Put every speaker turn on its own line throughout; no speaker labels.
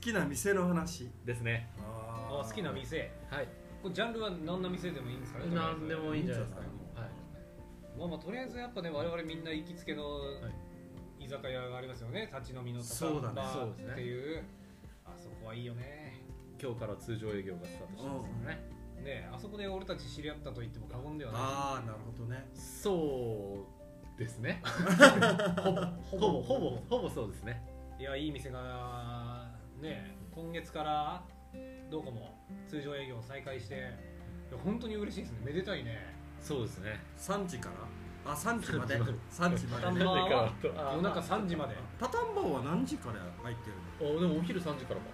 きな店の話
ですねあ
あ
好きな店
はい
これジャンルは何の店でもいいんですかねとりあえず
何でもいいんじゃないですか
いいんじ
はい
まあまあとりあえずやっぱね我々みんな行きつけの
はい
居酒屋がありますよね立ち飲みのとか
そうだね
バ
そう
ー
ですね
っていうあそこはいいよね
今日から通常営業がスタートしますからね
ねえあそこで俺たち知り合ったと言っても過言ではな
ああなるほどね
そうです ねほぼほぼほぼほぼそうですね
いいやいい店がねえ今月からどこも通常営業を再開していや本当に嬉しいですねめでたいね
そうですね
3時からあ3時まで
3時まで
3時ま
タン
で
バーは
なんでか
夜中3時まで
パタンバーは何時から入ってるの
おでもお昼3時からか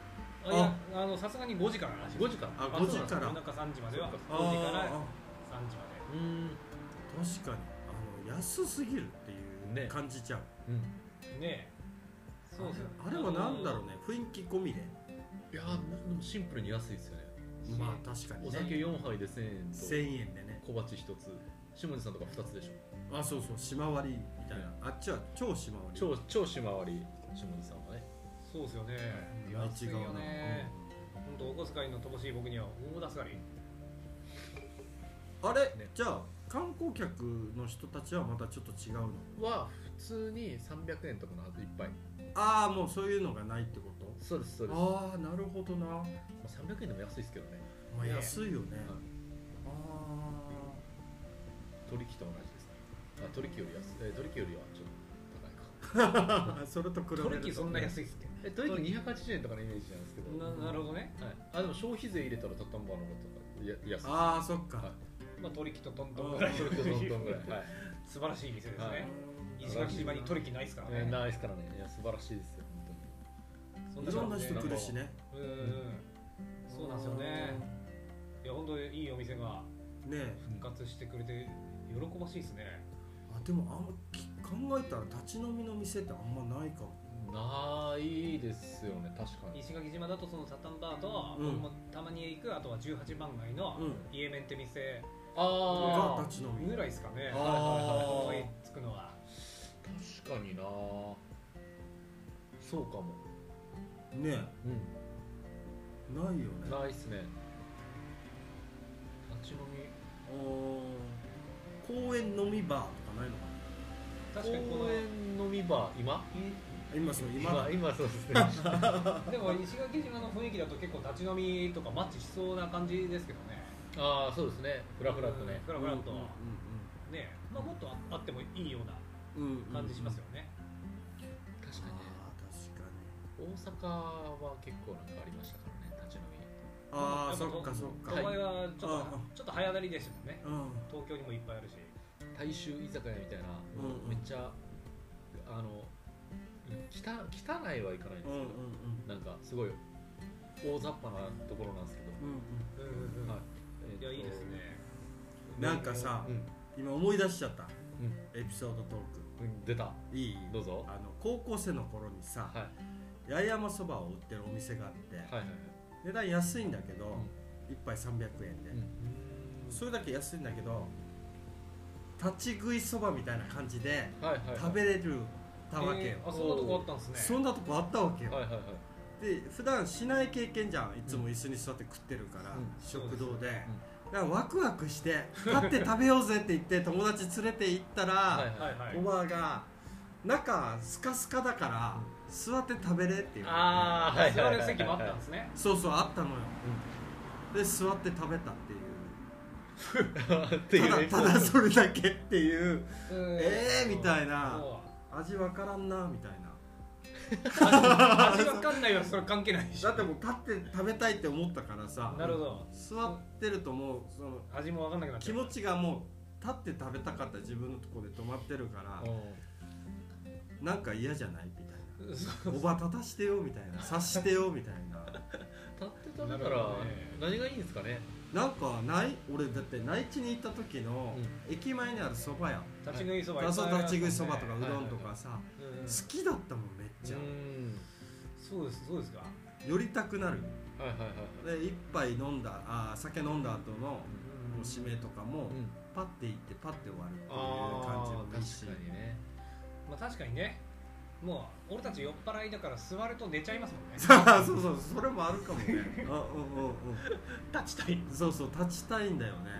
あいやあのさすがに5時かららしい
5時から
あ
あ
5時か
そう
ら
なんです夜中3時までは5時
あー
か
あ
ら3時まで
うーん
確かにあの安すぎるっていう
ね
感じちゃう、
うん
ねえそうですよ
あれは何だろうね雰囲気込みで
いやーでもシンプルに安いですよね
うん
まあ確かに
お
ね
酒4杯で1000円と
1000円でね
小鉢1つ下地さんとか2つでしょ
あそうそう島割りみたいなあっちは超島割り
超超島回り下地さんはね
そうですよね
内
安い
側
よ
の
ね本当お小遣いの乏しい僕には大助かり
あれ、
ね
じゃあ観光客の人たちはまたちょっと違うの
は普通に300円とかの一杯
ああもうそういうのがないってこと
そうですそうです、ま
ああなるほどな、ま
あ、300円でも安いですけどね
あ、
ね
安いよね、
はい
ああ
取引と同じですねあ取引より安い、えー、取引よりはちょっと高いか
ー それと比べる
ト
と
ルキーそんな安いっすっ
え取引280円とかのイメージなんですけ
け
ど
ななるほどね
はい、あでも消費税入れたらタッタンバーの方とかいや安い
ああそっか、
はい
まあトルキーとトントンぐらい
それこそどんどんぐらい、はい
素晴らしい店です
は
ね
い
石垣島にトルキーないですから
えー、
ね
ないですからねいや素晴らしいですよ本
そ
いろんな人来るしね
うんうんうんそうなんですよねいや本当にいいお店が
ねえ
当に
復活してくれて喜ばしいですね
あでもあんまき考えたら立ち飲みの店ってあんまないかも
ないですよね確かに
石垣島だとそのサタンバーと、
うん
僕もたまに行くあとは18番街の
うん
イエメンって店
あ
が
あ
立ち飲み
ぐらいですかね
あー
思いつくのは
確かになそうかも
ね
うん
えないよね
ないっすね立ち飲み
お公園飲みバーとかないのかな
確かにこ
公園飲み場今
今そう今
今今そうですね
のでも石垣島の雰囲気だと結構立ち飲みとかマッチしそうな感じですけどね
ああそうですねフ
フ
ラフラとね
フラフラと
うん
ねえまあもっとああってもいいような
うんうんうん
感じしますよね
確かにね
あー確かに
大阪は結構なんかありましたからね立ち飲み
ああ
やっぱ
そっかそっか
都会はちょっ
あ
と
ー
ちょっと早なりでしたもんね
うん
東京にもいっぱいあるし
大衆居酒屋みたいな、
うんうん
めっちゃあの汚汚いはいかないんですけど
うんうん、
なんかすごい大雑把なところなんですけど、
うん
うんうんうん
はい
いやいいですね、
うんなんかさ
うん、
今思い出しちゃった
うん
エピソードトー
うん、出た
クいい
どうぞ
あの高校生の頃にさ
はい
八重山そばを売ってるお店があって
はいはいはい
値段安いんだけど
うん
一杯300円で
うん
それだけ安いんだけど立ち食いそばみたいな感じで
はいはいはい
食べれるたわけよ
えーあそんなとこあったんですね
そんなとこあったわけよ
はいはいはい
で普段しない経験じゃんいつも椅子に座って食ってるから、
うん
食堂
そう
で、
です
だからワクワクして立って食べようぜって言って友達連れて行ったら、
はいはい
はい
はい
はい
おばあが中スカスカだから座って食べれって言わ
ああはい
座
はい
る
はい
席もあっ
は
たん
い
ですね
れてそうそうあったのよ、で座って食べたっていう
っていう エピソ
た
ード
だただそれだけっていうえ
え
ーみたいな味わからんなみたいな
味わかんないはそれ関係ないし
だってもう立って食べたいって思ったからさ
なるほど
座ってるともうその
味もわかんなくなっ
気
ちゃう
持ちがもう立って食べたかった自分のところで止まってるからなんか嫌じゃないみたいな
そう
おば立たしてよみたい な察してよみたい
うん立って食べた
なる
ら
ほどね
何がいいんですかね
ななんかない俺だって内地に行った時の駅前にある蕎麦屋
立ち食いそば
だそう立ち食いそばとか
う
うんどんとかさ好きだったもんめっちゃ
うん
そうですそうですか
寄りたくなる
はいはいはい
で一杯飲んだあー酒飲んだ後のお
し
締めとか
う
も
ん
パッて行ってパッて終わるっていう
あ
感じ
あ
もいいし
確かにね
まあ確かにねもう俺たち酔っ払いだから座ると寝ちゃいますもんね
そうそうそれもあるかも ねあうんうんう
立ちたい、
んそうそう立ちたいんだよね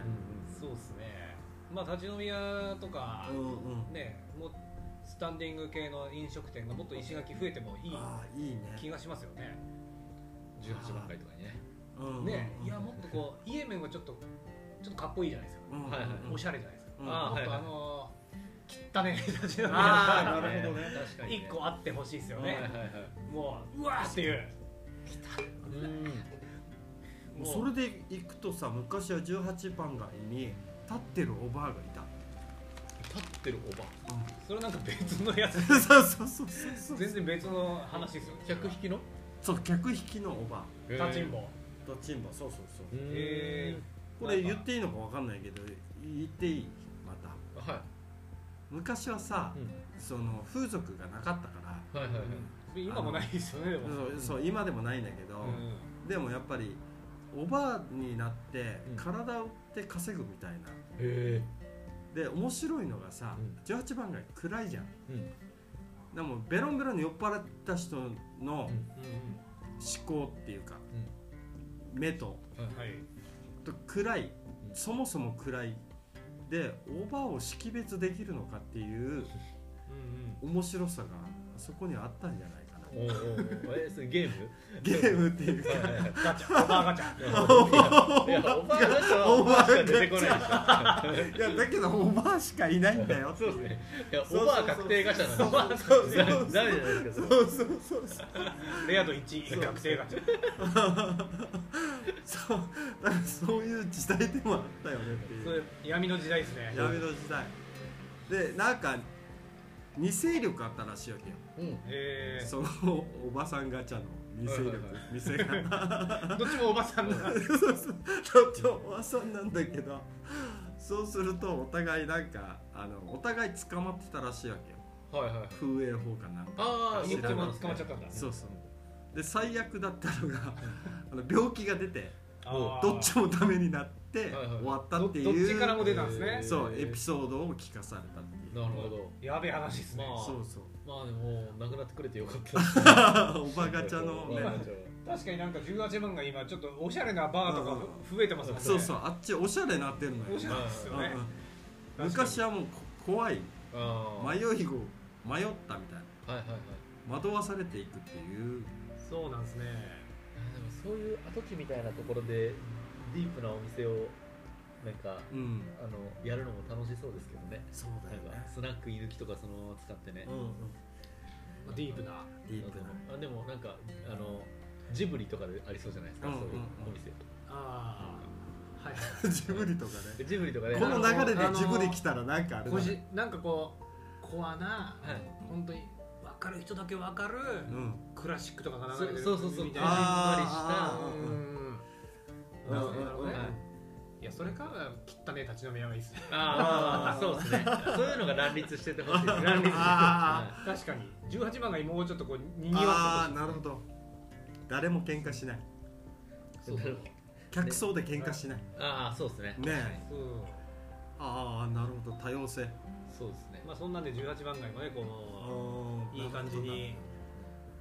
そうっすねまあ立ち飲み屋とか
うんうん
ねもうスタンディング系の飲食店がもっと石垣増えてもいい
ああいいね
気がしますよね
18番街とかにね
うんうんうん
ねいやもっとこうイエメンはちょっとちょっとかっこいいじゃないですか
うんうんうん
はいはい
おしゃれじゃないですか
うん
あ
もっとあのー汚ねえ立ち飲み屋
あ
さ
ー
んが
なるほどね
確かに、
一個あってほしいですよ
はいはい
ね
はい
もううわーっていう
うん
もうそれで行くとさ昔は18番街に立ってるおばあがいた、
立ってるおば
それなんか別のやつ
そうそうそう そうそう
全然別の話ですよね
100匹の
そう客引きのおばあ
立ちんぼ
ドチンバそうそうそう
うん
へ
これ言っていいのかわかんないけど言っていいまた
は
昔はさ
い、
その風俗がなかったから
はいはいはい
今もないですよねでも
そうそう今でもないんだけど、
うん
でもやっぱりおばあになって
うん
体を売って稼ぐみたいな、
へ
で面白いのがさ、
うん
18番街暗いじゃん
えうん
でもベロンベロンに酔っ払った人の
う
思
ん
考っていうか、目と
うんはい
と暗い
うん
そもそも暗いでおばあを識別できるのかっ ていう
うん
面白さがあそこにはあったんじゃないかな
おうおうおうえそれゲーム
ゲームっていう か
はいはいはい
うんガチャおばあガチャ
いやいやおばあガチャはおばあしか出てこないでし
いやだけどおばあしかいないんだよ
ょ そうですねいや
そうそうそう
おばあ確定ガチャなんで
そうそう
ダメ
そう
ダメじゃないです
そ
かそ
う
れ
そうそうそう
レア度1学生ガチャ
そうだからそういう時代でもあったよねって
そ
いう
れ闇の時代ですね
闇の時代でなんか二勢力あったらしいわけよ
うん
えー
そのおばさんガチャの二勢力
はいはいは
二勢力
どっちもおばさんだ
そうそうとってもおばさんなんだけどそうするとお互いなんかあのお互い捕まってたらしいわけよ
はいはい
風営法かなんか
ああ
い
知
つ
らな
も
い
捕まっちゃったんだ
そうそうで最悪だったのがあの病気が出て
あー
どっちもダメになって
はいはい
終わったっていう、
どどっちからも出たんですね
そうエピ
ソ
ソードを聞かされたっていう
なるほど
やべえ話ですね
ま
そうそう
まあでもなくなってくれてよかった
おばガチャの
おばあ
ね
ガチャは
確かになんか18番が今ちょっとおしゃれなバーとかふ増えてますもんね
そうそうあっちおしゃれになってるのよ
おしゃれですよね
うんうん
確かに
昔はもうこ怖い
ああ
迷い子迷ったみたいな
はいはいはい
惑わされていくっていう
そうなんですね
でもそういう跡地みたいなところでディープなお店をなんか
うん
あのやるのも楽しそうですけどね
そうだ
なん
よ
か
ね
スナック犬きとかそのまま使ってね
うんうん
ディープな
ディープな
あでもなんかあのジブリとかでありそうじゃないですか、
うんうん
そういうお店
ああはい
ジブリとかね
ジブリとかで、
こ
あ
の
の
流れ
あ
で
の
ジブリ来たらなんかあれだ
ご
ね
じなんかこうコアな、
はい
本当に分かる人だけ分かる、
うん
クラシックとかが
そ
流れて
う
る
そうそうそう
みたいな
あ
う
ーうん
んなるほどなるほどね
はい
いやそれか汚ねえ立ち飲み屋がいいですね
あーあーそうですねそういうのが乱立しててほしいです乱立してほしい
あ
確かに18番がもうちょっとこうにぎわ
あ
っ
あ
て
なるほど誰も喧嘩しない
そうそう
客層で喧嘩しないね
ああそうですね
え
ほしいうん
ああなるほど多様性
そうですね
まあそんなんで18番街もねこのいい感じに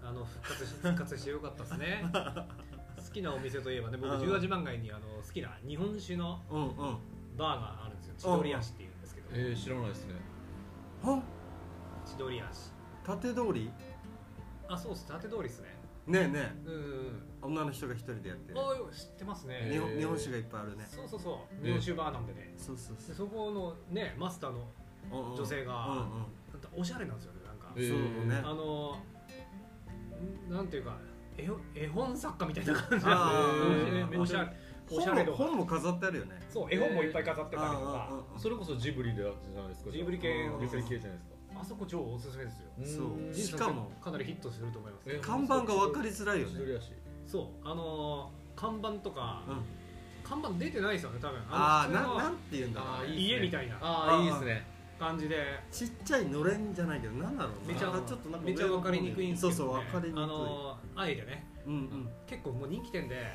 あの復活し復活してよかったです ね好きなお店といえばね僕
うん
18番街にあの好きな日本酒の
うんうん
バーがあるんですよ千鳥足っていうんですけど
えー、知らないですね
あ
千鳥足
縦通り
あそうっす縦通りですね
ねえね
うんうん
え女の人が一人でやって
うん
る
ああ知ってますね
日
え
本日本酒がいっぱいあるね
そうそうそう
ね
日本酒バーなんでね
そうそうそ
で
う
そこのねマスターの
女
女性が
うんうん
なんかおしゃれなんですよねなんか
えー
そうね
あのんなんていうか絵本絵本作家みたいな感じ
あ
なんで
ー
おしゃれおしゃ
本
れ
も
度
本も飾ってあるよね
そう絵本もいっぱい飾ってたりと
あー
か
あーあー
それこそジブリでじゃないですか
ジブリ系の
ジブリ系じゃないですか
あそこ超おすすめですよ
そう
人生
しかも
かなりヒットすると思います
え
看板が分かりづらいよ
千
ね
鳥足
そうあのー看板とか
うん
看板出てないですよね多分
ああ
の普通
な
の
なんて言うんだろう
あー
ね
いい
家みたいな
ああいいで
あー
すね
感じで
ちっちゃいのれんじゃないけどなんだろうな
めちゃ
なんかちょっとなんか
めちゃ分かりにくいんですけど、ね、
そうそう分かりにくい
あのーあえてね
うんうん
結構もう人気店で
はいはい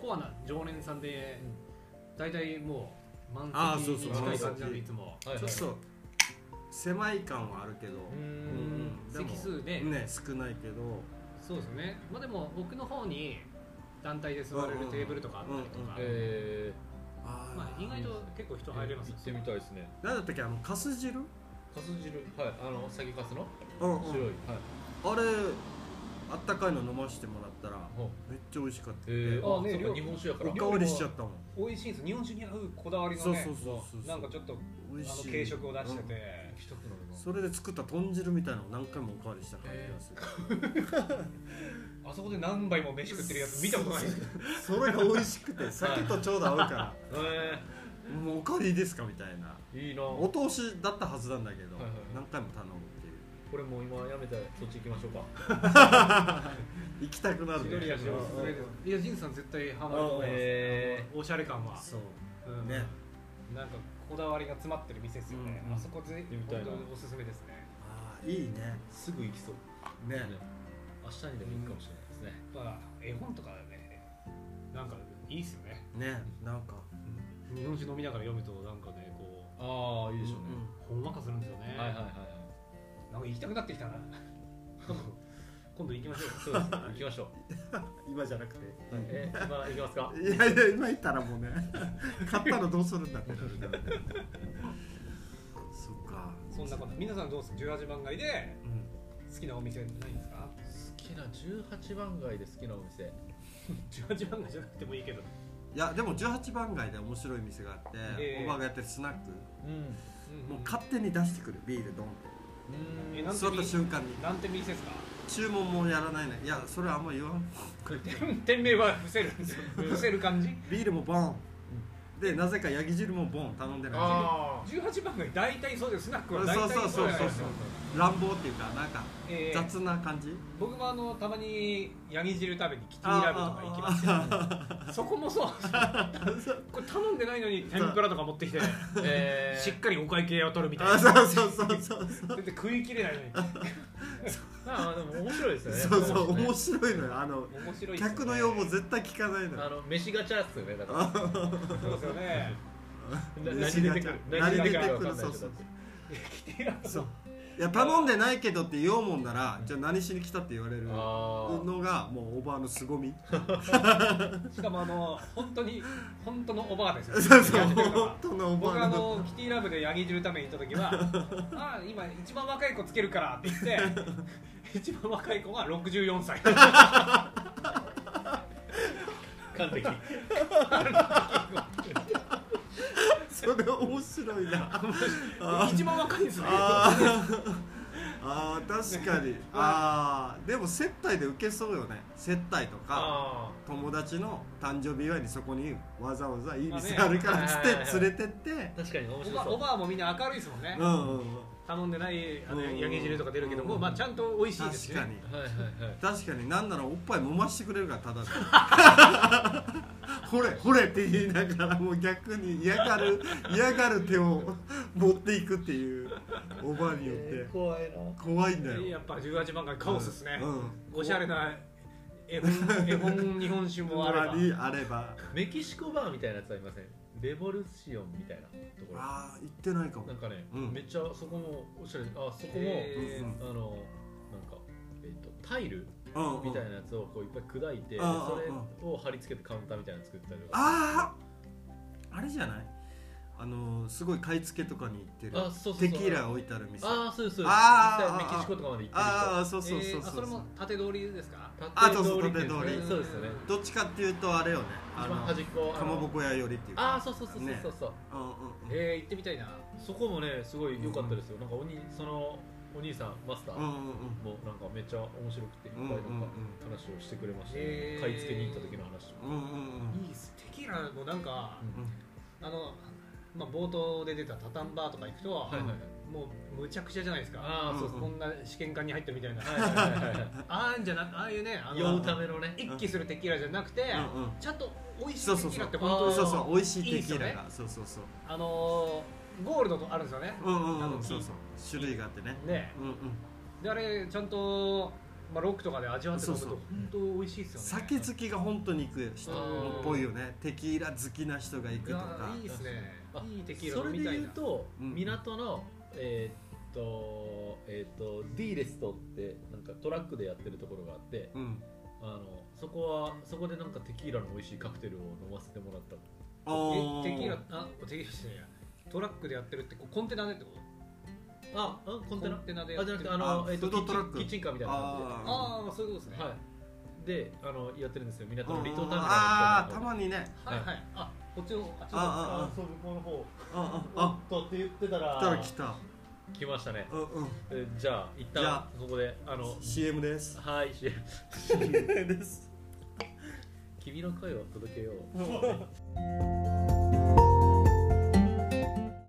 コアな常連さんで
うん
大体もう満
あー
席
そう
に
そう
近い感じなん
満
で
席
いつも
はいはい
ちょっと狭い感はあるけど
うーん
うんうんでも
席数で
ね少ないけど
そうですねまあでも奥の方に団体で座れるテーブルとかあったりとか、
うんうん
え
あー
まあ、意外と結構人
ー、
入れます
行
よ
ってみたいですね
なんだったっけあのカス汁、
カス汁はいあの先カスの
うんうん
白い、はい
あれあったかいの飲ませてもらったら
ほう
めっちゃ美味しかった、
えー、
あ
あ
ね
ね
料
日本酒やか
お
ら
かわりしちゃったもん
美味しいんです日本酒に合うこだわりのね
そうそうそうそう
なんかちょっと
美味
あの
しい
軽食を出してて、
行きたくなるな
それで作った豚汁みたいなのを何回もおかわりした感じがする、
あそこで何杯も飯食ってるやつ見たことないですけど
それが美味しくて酒とちょうど合うから
え
もうおかわりいいですかみたいな
ー、いいな
お通しだったはずなんだけど、
はいはいはい
何回も頼むっていう
これもう今やめたらそっち行きましょうか
行きたくなるね
緑足おすすめですいや仁さん絶対ハマると思います、
え
あのおしゃれ感は、
そう
うん
ね
なんかこだわりが詰まってる店ですよね、
うんうん
あそこぜ
みたいな
本当におすすめですね
ああいいね
すぐ行きそう
ね
明日にでも行くかもしれないですね、
やっぱ絵本とかねなんかいいっすよね
ねなんか
日本酒飲みながら読むとなんかねこ
ああいいでしょうね、
うほんわかするんですよね、
はいはいはいはい
なんか行きたくなってきたな 今度行きましょう
そう ですね行きましょう
うん今じゃなくて
えー、今行きますか
いやいや今言ったらもうね 買ったらどうするんだ ってなるからねそっか
そんなこと皆さんどうです18番街で
うん
好きなお店ないんですか
好きな18番街で好きなお店
18番街じゃなくてもいいけど
いやでも18番街で面白い店があって、
ええ
おばがやってるスナック
うん
もう勝手に出してくるビールドンと
え
う
なん
座った
て
瞬間に
なんて店ですか
注文もやらないねいやそれはあんま言わん
店店名は伏せるんですよ伏せる感じ
ビールもボンでなぜかヤギ汁もボン頼んでない
あ
18番街大体そうですスナック
そう
は大
そう
体
そうそう
じゃない
そう
ですか
乱暴っていうかなんか
えー
雑な感じ、
僕もあのたまにヤギ汁食べにキティラブとか行きますけどそこもそう これ頼んでないのに天ぷらとか持ってきて
ー え
しっかりお会計を取るみたい
あ
な
そ
だ
うそうそうそう
って食い切れないのに
まあでも面白いですよね
そうそう
面白い
面
ですね
白いのよあの
面白いですよね
客の要望絶対聞かないの
あ
よ
の飯ガチャっすよねだから
そうですよね
な
飯ガ
何出て
チャ
くる
何出てくる
わかんないけど
そうそう
キティラブ
そういや頼んでないけどって言おうもんならじゃあ何しに来たって言われるの
あー
がもうおばあの凄み
しかもあの本当に本当のおばあですよ、ね、
そうそう
やってる
本
のが
当のおば
僕あ
あの
のキティラブでヤギ汁ために行った時 は「あ今一番若い子つけるから」って 言って一番若い子は64歳
完璧
それ面白いなあー
一番若いんですね
あーあー確かにあーでも接待で受けそうよね接待とか
あ
友達の誕生日祝いにそこにわざわざいい店
まあ
あ
ね
るからっつ
はいはいはい
って連れてって
あ確かに面
お
白
ば
そう
おばあもみんな明るいですもんね、
うんうんうん
頼んでないあの
うん
ヤギ汁とか出るけども、
うん
まあ、ちゃんと美味しいです
確か
ね
に
はいはいはい
確かに何ならおっぱい揉ましてくれるからただで ほれほれって言いながらもう逆に嫌がる嫌がる手を持っていくっていうおばによって
怖いな
怖いんだよ
やっぱ18番街カオスですね、
うん
おしゃれな絵本絵本日本酒もあれば
周りあれば
メキシコバーみたいなやつありませんレボルシオンみたいなところ
ああ行ってないかも
なんかね、
うん
めっちゃそこもおしゃれあそこも、
えー
あのなんか、えっとタイル
うんうん
みたいなやつをこういっぱい砕いて、
うんうんうん
それを貼り付けてカウンターみたいなの作ったりとか
あああれじゃないあのすごい買い付けとかに行ってる
あそうそうそう
テキーラ置いてある店あ
あーそうですそうです
あー
実際メキシコとかまで行って
あーそうそうそう
えーあ
そ
そうれ
そ
も
う
縦通りですか
る人
あそうそう
縦通りっていうんですかねそ
縦通り
うですよね
どっちかっていうとあれよねあ
一番
の
端っこあの
かまぼこ屋寄りっていうか
あーそうそうそうそうそうそう、
うんうんうん
えー、行ってみたいな
そこもねすごい良かったですよなんかおにそのお兄さんマスター
うんうん
もなんかめっちゃ面白くていっぱいなんか
うんうんうん
話をしてくれました、
へー
買い付けに行った時の話とか
うんうんうんうん
いいっすテキーラもなんか、
う
あの、まあ、冒頭で出たタタンバーとか行くと、
はいはいはい
もうむちゃくちゃじゃないですか
ああそうそう
こんな試験管に入ってるみたいな、
はいはいはいはい
ああんじゃなくああいうねあ
酔
の
うためのね
一気するテキーラじゃなくて、
んうん
ちゃんと美味しい
そ
テ
うそう
キ
そ
ー
う
ラって
あ
本
ー
そ
当
うそう美味しい
いい
テ
っす
キ
よ
ー
ね
ラがそうそうそう
あのーゴールドとあるんですよね
うんう
あ
んう
の
んそうそう種類があってね
ね
うんうん
であれちゃんと、まあ、ロックとかで味わって飲むと
そうそう
本当美味しいですよね
酒好きが本当に行く人っ
うん
ぽいよねテキーラ好きな人が行くと
いや
か
ーいいですね
あ
いいテキーラ
そ
飲
れ
み
で
たい
言う
な
と
うん
港の、えーっとえっ、と D レストってなんかトラックでやってるところがあって
うん
あのそこはそこでなんかテキーラの美味しいカクテルを飲ませてもらった
あ
え
ー
テキーラあテキーラじゃないやトラックでやってるってこコンテナでってこと
あうんコンテナ
コンテナでや
あ
って
じゃなく
る
てあ
あ
のえっと
フードトラック
キッチンキッチンカーみたいな感じで
あー
ああまあそういうことですね
はい、であのやってるんですよ港の離島ターミナル
あーた
に
まにね
はいはいあこっちのあ
ああ
そう向こうの方
ああ
とって言ってた
あ
ら
来たら来た
来ましたね
うんうん
えじゃあ一
じゃ
旦ここであの
CM です
はいし
CM です
君の声を届けよう